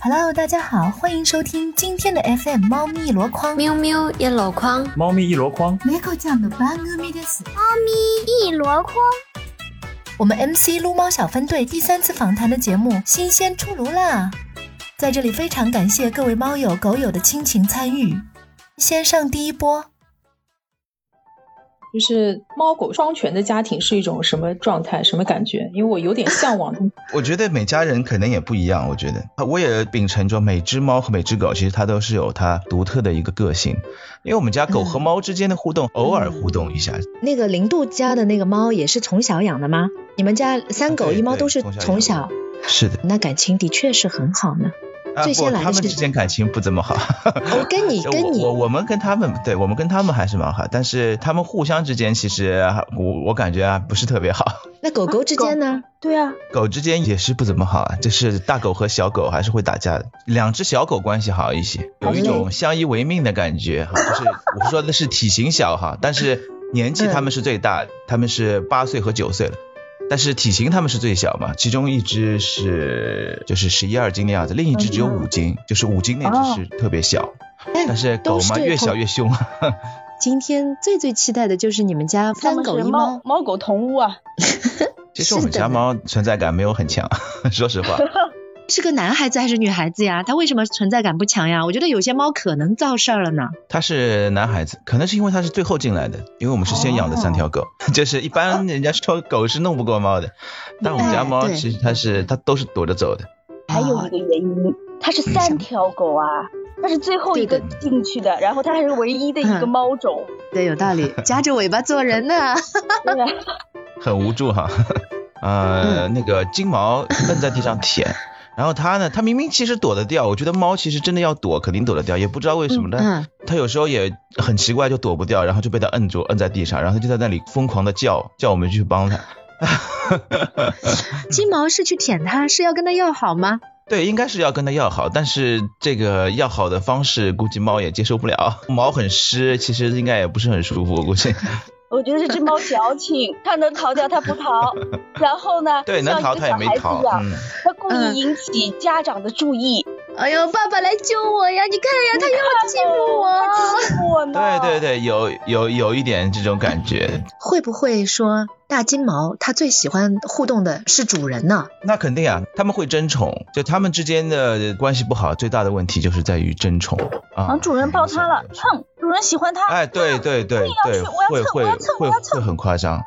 Hello，大家好，欢迎收听今天的 FM 猫咪一箩筐。喵喵一箩筐，猫咪一箩筐，猫ちゃんの番組です。一箩筐，我们 MC 撸猫小分队第三次访谈的节目新鲜出炉啦！在这里非常感谢各位猫友、狗友的亲情参与。先上第一波，就是猫狗双全的家庭是一种什么状态、什么感觉？因为我有点向 往。我觉得每家人可能也不一样，我觉得我也秉承着每只猫和每只狗其实它都是有它独特的一个个性，因为我们家狗和猫之间的互动、偶尔互动一下，那个零度家的那个猫也是从小养的吗？你们家三狗对一猫对都是从小从养小的，是的，那感情的确是很好呢。啊最不，先来的它们是之间感情不怎么好。哦，跟你就跟你 我我我们跟他们，对我们跟他们还是蛮好，但是他们互相之间其实还我我感觉啊不是特别好，那狗狗之间呢？对啊，狗之间也是不怎么好啊，就是大狗和小狗还是会打架的，两只小狗关系好一些，有一种相依为命的感觉哈，就是我说的是体型小哈，但是年纪它们是最大的，它们是八岁和九岁了。但是体型它们是最小嘛，其中一只是就是十一二斤的样子，另一只只有五斤，就是五斤那只是特别小，哎但是狗都是嘛越小同越凶。啊今天最最期待的就是你们家他三们狗是一猫猫，猫狗同屋啊， 其实我们是的家猫存在感没有很强， 说实话。是个男孩子还是女孩子呀？它为什么存在感不强呀？我觉得有些猫可能造事儿了呢。他是男孩子，可能是因为他是最后进来的，因为我们是先养的哦三条狗， 就是一般人家说狗是弄不过猫的，但我们家猫哦对其实它是它都是躲着走的，还啊有一个原因，它是三条狗啊，它是最后一个对的进去的，然后它还是唯一 的一个嗯猫种，对，有道理，夹着尾巴做人呢。对啊，很无助哈。 嗯呃，那个金毛摁在地 上舔，然后它呢，它明明其实躲得掉，我觉得猫其实真的要躲，肯定躲得掉，也不知道为什么，但嗯，它有时候也很奇怪，就躲不掉，然后就被它摁住，摁在地上，然后它就在那里疯狂的叫，叫我们去帮它。金毛是去舔它，是要跟它要好吗？对，应该是要跟它要好，但是这个要好的方式估计猫也接受不了，毛很湿，其实应该也不是很舒服，估 计。我觉得这只猫矫情，它能逃掉它不逃，然后呢，对，能像一逃个它也小没孩逃子一，样，嗯，它故嗯意引起家长的注 意，哎呦，爸爸来救我呀！你看呀，它又要欺负我。哦它欺负我呢， 对对对，有有有一点这种感觉，会不会说大金毛它最喜欢互动的是主人呢？那肯定啊，他们会争宠，就他们之间的关系不好，最大的问题就是在于争宠然啊后。主人抱它了，蹭，主人喜欢它， 哎，对对对我要对，蹭我要会蹭会我要蹭我会要会蹭很夸张。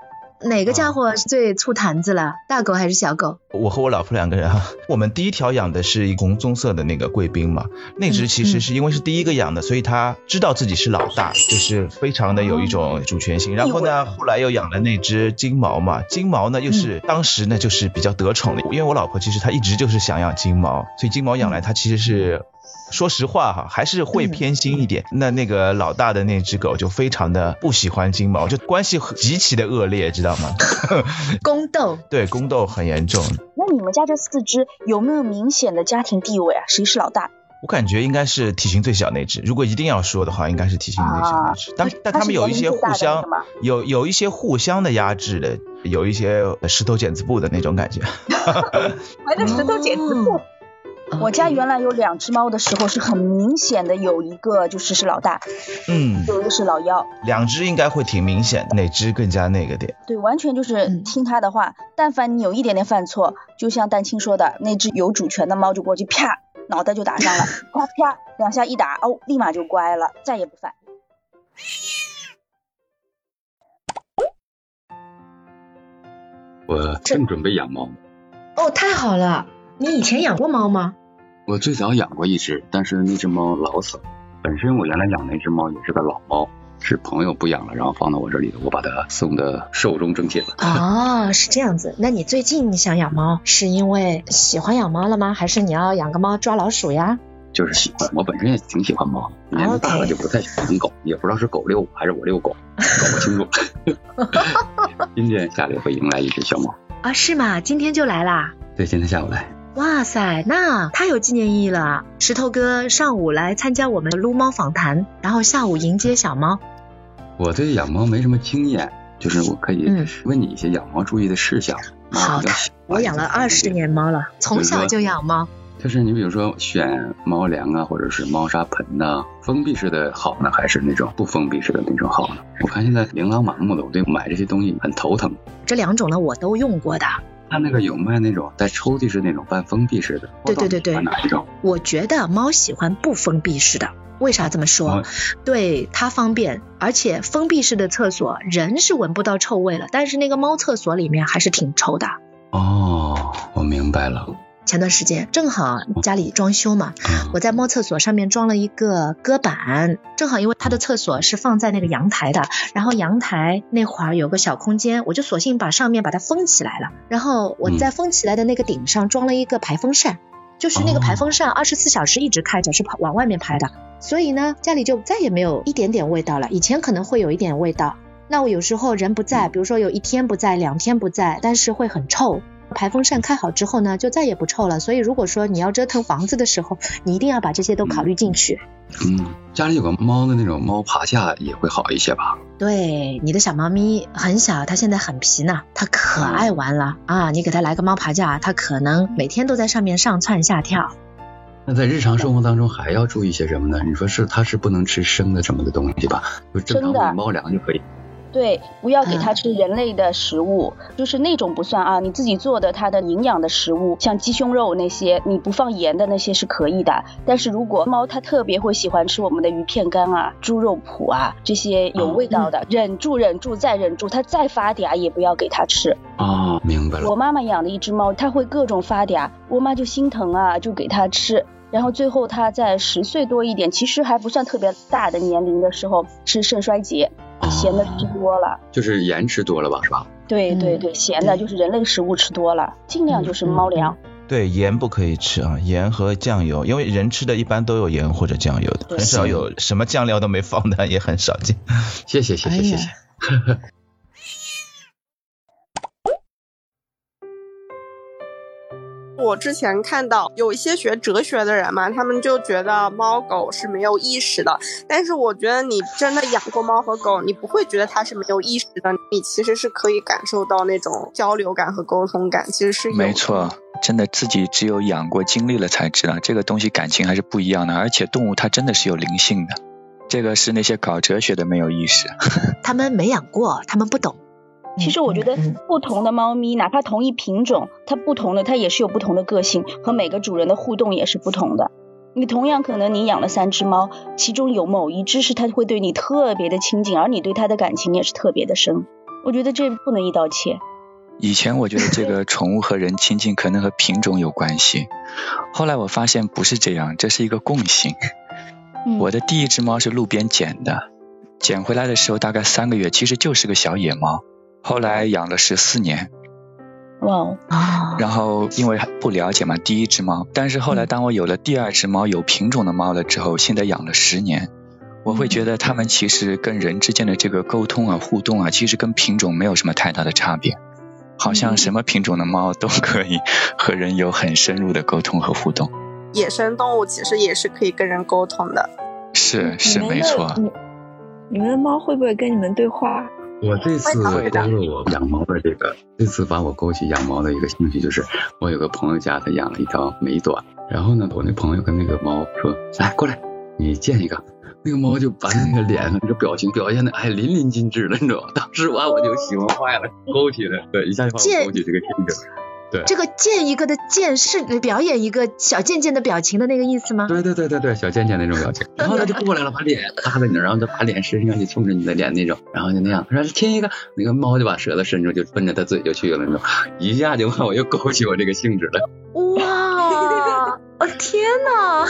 哪个家伙是最醋坛子了？大狗还是小狗？我和我老婆两个人啊，我们第一条养的是一红棕色的那个贵宾嘛，那只其实是因为是第一个养的，所以它知道自己是老大，就是非常的有一种主权心。然后呢，后来又养了那只金毛嘛，金毛呢又是当时呢就是比较得宠的，因为我老婆其实她一直就是想养金毛，所以金毛养来它其实是。说实话哈，还是会偏心一点。那那个老大的那只狗就非常的不喜欢金毛，就关系极其的恶劣，知道吗？ 宫斗对，宫斗很严重。那你们家这四只有没有明显的家庭地位啊？谁是老大？我感觉应该是体型最小那只，如果一定要说的话，应该是体型最小那只。但但啊他它是们有年一龄些最大互的相是吗有有一些互相的压制的，有一些石头剪子布的那种感觉。还在石头剪子布。哦我家，OK 原来有两只猫的时候，是很明显的有一个就是是老大，嗯，有一个是老幺，两只应该会挺明显的，哪只更加那个点？对，完全就是嗯听它的话。但凡你有一点点犯错，就像蛋青说的，那只有主权的猫就过去啪，脑袋就打上了，啪啪两下一打，哦，立马就乖了，再也不犯。我正准备养猫，哦，太好了！你以前养过猫吗？我最早养过一只，但是那只猫老死了。本身我原来养那只猫也是个老猫，是朋友不养了，然后放到我这里的，我把它送的寿终正寝了。哦，是这样子。那你最近想养猫，是因为喜欢养猫了吗？还是你要养个猫抓老鼠呀？就是喜欢，我本身也挺喜欢猫，年龄大了就不太喜欢狗，也不知道是狗遛我还是我遛狗，搞不清楚。 今天下午会迎来一只小猫，啊，是吗？今天就来啦。对，今天下午来。哇塞，那太有纪念意义了！啊石头哥上午来参加我们撸猫访谈，然后下午迎接小猫。我对养猫没什么经验，就是我可以嗯问你一些养猫注意的事项。猫好比较小我养了二十，年猫了，从小就养猫。就是你比如说选猫粮啊，或者是猫砂盆呐、封闭式的好呢，还是那种不封闭式的那种好呢？我看现在琳琅满目的，我对买这些东西很头疼。这两种呢我都用过的。它那个有卖那种带抽屉式那种半封闭式的，对对对对不知道你喜欢哪一种？我觉得猫喜欢不封闭式的，为啥这么说啊？对它方便，而且封闭式的厕所人是闻不到臭味了，但是那个猫厕所里面还是挺臭的。哦，我明白了。前段时间正好家里装修嘛，嗯我在猫厕所上面装了一个搁板，正好因为它的厕所是放在那个阳台的，然后阳台那会儿有个小空间，我就索性把上面把它封起来了，然后我在封起来的那个顶上装了一个排风扇，就是那个哦排风扇二十四小时一直开着，是跑往外面排的，所以呢家里就再也没有一点点味道了，以前可能会有一点味道。那我有时候人不在，嗯比如说有一天不在，两天不在，但是会很臭，排风扇开好之后呢，就再也不臭了。所以如果说你要折腾房子的时候，你一定要把这些都考虑进去。嗯，家里有个猫的那种猫爬架也会好一些吧？对，你的小猫咪很小，它现在很皮呢，它可嗯爱玩了、啊！你给它来个猫爬架，它可能每天都在上面上蹿下跳。那在日常生活当中还要注意些什么呢？你说是它是不能吃生的什么的东西吧？就正真常的喂猫粮就可以。对，不要给它嗯吃人类的食物，就是那种不算啊，你自己做的它的营养的食物，像鸡胸肉那些，你不放盐的那些是可以的。但是如果猫它特别会喜欢吃我们的鱼片干啊、猪肉脯啊这些有味道的，忍住、忍住再忍住，它再发嗲也不要给它吃。哦，明白了。我妈妈养的一只猫，它会各种发嗲，我妈就心疼啊，就给它吃。然后最后它在十岁多一点，其实还不算特别大的年龄的时候，是肾衰竭，咸的吃多了。就是盐吃多了吧，是吧？对对嗯对，咸的对就是人类食物吃多了，尽量就是猫粮。对，盐不可以吃啊，盐和酱油，因为人吃的一般都有盐或者酱油的，对很少有什么酱料都没放的，也很少见。 谢谢谢哎谢谢谢。我之前看到有一些学哲学的人嘛，他们就觉得猫狗是没有意识的，但是我觉得你真的养过猫和狗，你不会觉得它是没有意识的，你其实是可以感受到那种交流感和沟通感，其实是有的没错，真的自己只有养过、经历了才知道，这个东西感情还是不一样的。而且动物它真的是有灵性的，这个是那些搞哲学的没有意识。他们没养过，他们不懂。其实我觉得嗯不同的猫咪，哪怕同一品种，它不同的它也是有不同的个性，和每个主人的互动也是不同的。你同样可能你养了三只猫，其中有某一只是它会对你特别的亲近，而你对它的感情也是特别的深。我觉得这不能一刀切。以前我觉得这个宠物和人亲近可能和品种有关系，后来我发现不是这样，这是一个共性。嗯我的第一只猫是路边捡的，捡回来的时候大概三个月，其实就是个小野猫，后来养了十四年。哇哦，啊，然后因为不了解嘛，第一只猫，但是后来当我有了第二只猫，有品种的猫了之后，现在养了十年，我会觉得它们其实跟人之间的这个沟通啊、互动啊，其实跟品种没有什么太大的差别，好像什么品种的猫都可以 和人有很深入的沟通和互动。野生动物其实也是可以跟人沟通的。是是你们没的错，你你们的猫会不会跟你们对话？啊我这次会的勾了我养猫的这个，这次把我勾起养猫的一个兴趣，就是我有个朋友家他养了一条美短，然后呢，我那朋友跟那个猫说：“来过来，你见一个。”那个猫就把那个脸那个表情表现的哎淋漓尽致了，你知道吗？当时完我就喜欢坏了，勾起来，对，一下就把见我勾起这个兴趣了。这个见一个的见是表演一个小贱贱的表情的那个意思吗？ 对对对对对，小贱贱那种表情，然后他就过来了，把脸搭在你那儿，然后就把脸伸上去冲着你的脸那种，然后就那样，然后亲一个，那个猫就把舌头伸出，就奔着他嘴就去了，那种，一下就把我又勾起我这个兴致了。哇，我天哪！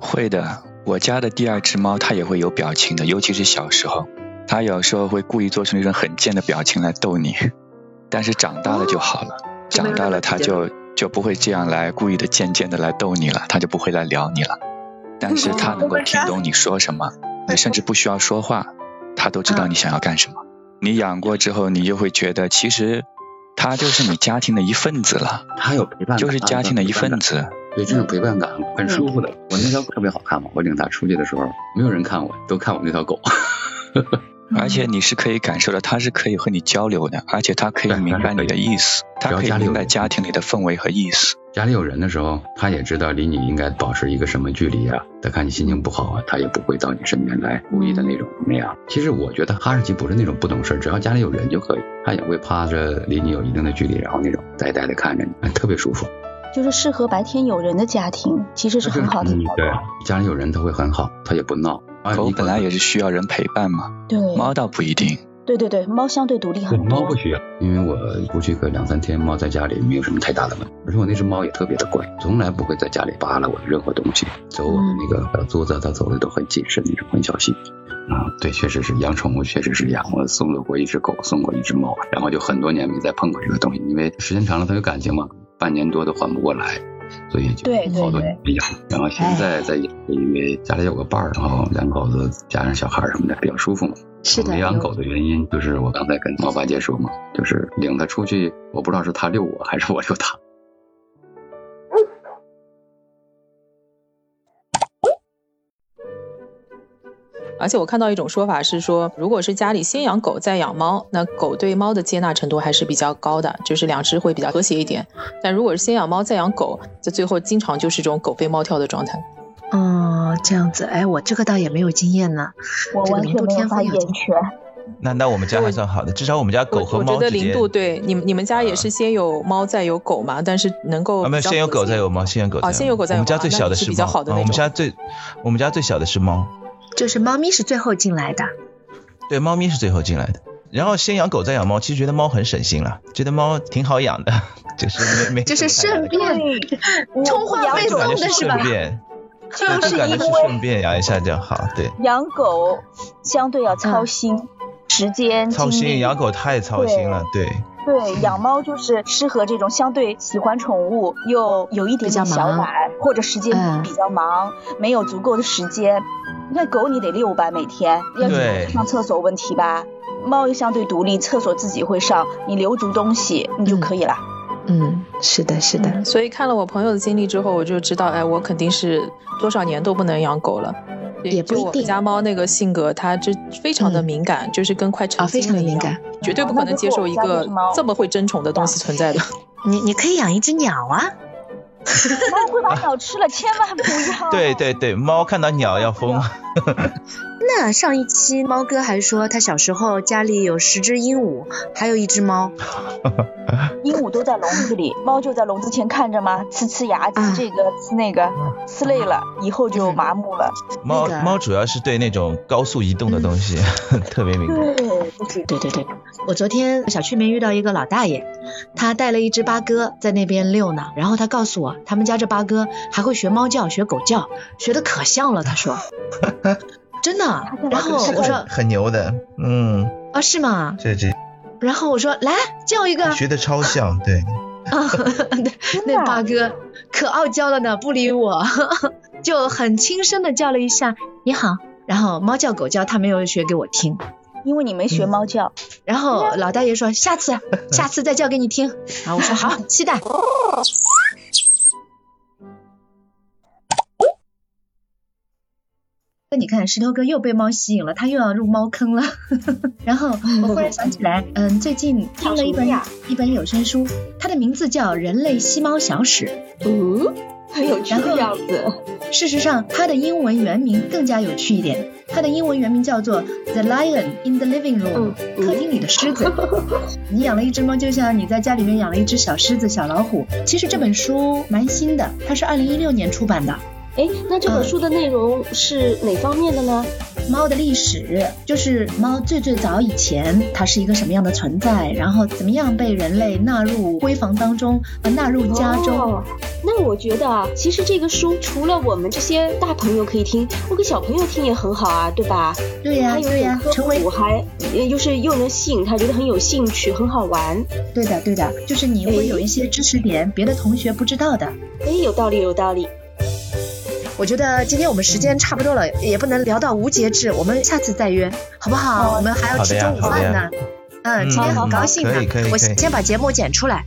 会的。我家的第二只猫它也会有表情的，尤其是小时候，它有时候会故意做出那种很贱的表情来逗你，但是长大了就好了。就没长有大那了，么他直接哦就就不会这样来故意的贱贱的来逗你了，他就不会来撩你了。但是他能够听懂你说什么，你甚至不需要说话，他都知道你想要干什么。你养过之后，你就会觉得其实他就是你家庭的一份子了，它有陪伴感，就是家庭的一份子。对这种陪伴感很舒服的。我那条狗特别好看嘛，我领它出去的时候，没有人看我，都看我那条狗。而且你是可以感受到，他是可以和你交流的，而且他可以对明白你的意思，他只要可以家里有明白人家庭里的氛围和意思。家里有人的时候，它也知道离你应该保持一个什么距离啊。它看你心情不好啊，它也不会到你身边来故意的那种那样。其实我觉得哈士奇不是那种不懂事儿，只要家里有人就可以，它也会趴着离你有一定的距离，然后那种呆呆的看着你，特别舒服。就是适合白天有人的家庭，其实是很好的嗯条，对件。，家里有人它会很好，它也不闹。啊狗你本来也是需要人陪伴嘛，对猫倒不一定。对对对，猫相对独立对，很猫多不。需要，因为我出去个两三天，猫在家里没有什么太大的问题。而且我那只猫也特别的乖，从来不会在家里扒拉我的任何东西，走我的嗯那个小桌子，它走的都很谨慎那种，很小心。啊、对，确实是养宠物，确实是养。我送了过一只狗，送过一只猫，然后就很多年没再碰过这个东西，因为时间长了它有感情嘛，半年多都缓不过来，所以就对对好多对哎年没养。然后现在在养，因为家里有个伴儿，然后两口子加上小孩儿什么的比较舒服嘛。是的，没养有狗的原因就是我刚才跟猫八戒说嘛，就是领它出去，我不知道是它遛我还是我遛它。而且我看到一种说法是说，如果是家里先养狗再养猫，那狗对猫的接纳程度还是比较高的，就是两只会比较和谐一点。但如果是先养猫再养狗，这最后经常就是这种狗飞猫跳的状态。哦，这样子，哎，我这个倒也没有经验呢。我这个完零全度没有天发赋言有经权。那那我们家还算好的，至少我们家狗我和我觉猫得之零间，度对你们你们家也是先有猫再有狗嘛，但是能够啊，没有比较先有和狗谐再有猫，先有狗啊先有狗再有我们家猫最那小你的是是比较猫，好的啊那我们种家最我们家最小的是猫，就是猫咪是最后进来的，对，猫咪是最后进来的。然后先养狗再养猫，其实觉得猫很省心了，觉得猫挺好养的， 就是没没就是什么太顺大的便我充话费就感送觉的是吧顺？便，就对， 是就感因觉是为顺便养一下就好，对。养狗相对要操心、时间、嗯操精心，力养狗太操心了，对，对，养猫就是适合这种相对喜欢宠物又有一点点比较小忙懒，或者时间嗯比较忙，没有足够的时间。你看狗你得遛吧，每天要对上厕所问题吧。猫又相对独立，厕所自己会上，你留足东西你就可 以了。嗯，是的，是的，所以看了我朋友的经历之后，我就知道，哎，我肯定是多少年都不能养狗了。对也不就一我们定家猫那个性格，它就非常的嗯敏感，就是跟快成啊，非精常的了一敏样，感。绝对不可能接受一那就是我个家就是猫这么会争宠的东西存在的。你你可以养一只鸟啊，猫会把鸟吃了，千万不要。对对对，猫看到鸟要疯，那上一期猫哥还说他小时候家里有十只鹦鹉，还有一只猫。鹦鹉都在笼子里，嗯猫就在笼子前看着吗？呲呲牙，呲啊这个，呲那个，呲累了嗯以后就麻木了。 猫那个猫主要是对那种高速移动的东西 特别敏感。对，就是对对对，我昨天小区里面遇到一个老大爷，他带了一只八哥在那边遛呢，然后他告诉我，他们家这八哥还会学猫叫、学狗叫，学的可像了。他说，真的。然后是我说很牛的，嗯，啊，是吗？这这然后我说来叫一个啊，学的超像，对，对的啊那八哥可傲娇了呢，不理我， 就很轻声的叫了一下你好，然后猫叫狗叫他没有学给我听。因为你没嗯学猫叫，然后老大爷说：“下次，啊下次再叫给你听。”然后我说：“好，期待。那你看，石头哥又被猫吸引了，他又要入猫坑了。 然后我忽然想起来，嗯，最近听了一本一本有声书，它的名字叫《人类吸猫小史》。嗯，很有趣的样子。事实上，它的英文原名更加有趣一点，它的英文原名叫做《The Lion in the Living Room》。嗯，客厅里的狮子。嗯 你养了一只猫，就像你在家里面养了一只小狮子、小老虎。其实这本书蛮新的，它是二零一六年出版的，哎，那这本嗯书的内容是哪方面的呢？猫的历史就是猫最最早以前它是一个什么样的存在，然后怎么样被人类纳入闺房当中，呃，纳入家中。哦。那我觉得啊，其实这个书除了我们这些大朋友可以听，我给小朋友听也很好啊，对吧？对呀、它有对呀、点科成为普，还也就是又能吸引他觉得很有兴趣，很好玩。对的对的，就是你会有一些知识点，别的同学不知道的。哎，有道理，有道理。我觉得今天我们时间差不多了，也不能聊到无节制，我们下次再约，好不好？我们还要好的吃呀中午好的饭呀呢。嗯，嗯今天很高兴呢可以可以，我可以先把节目剪出来，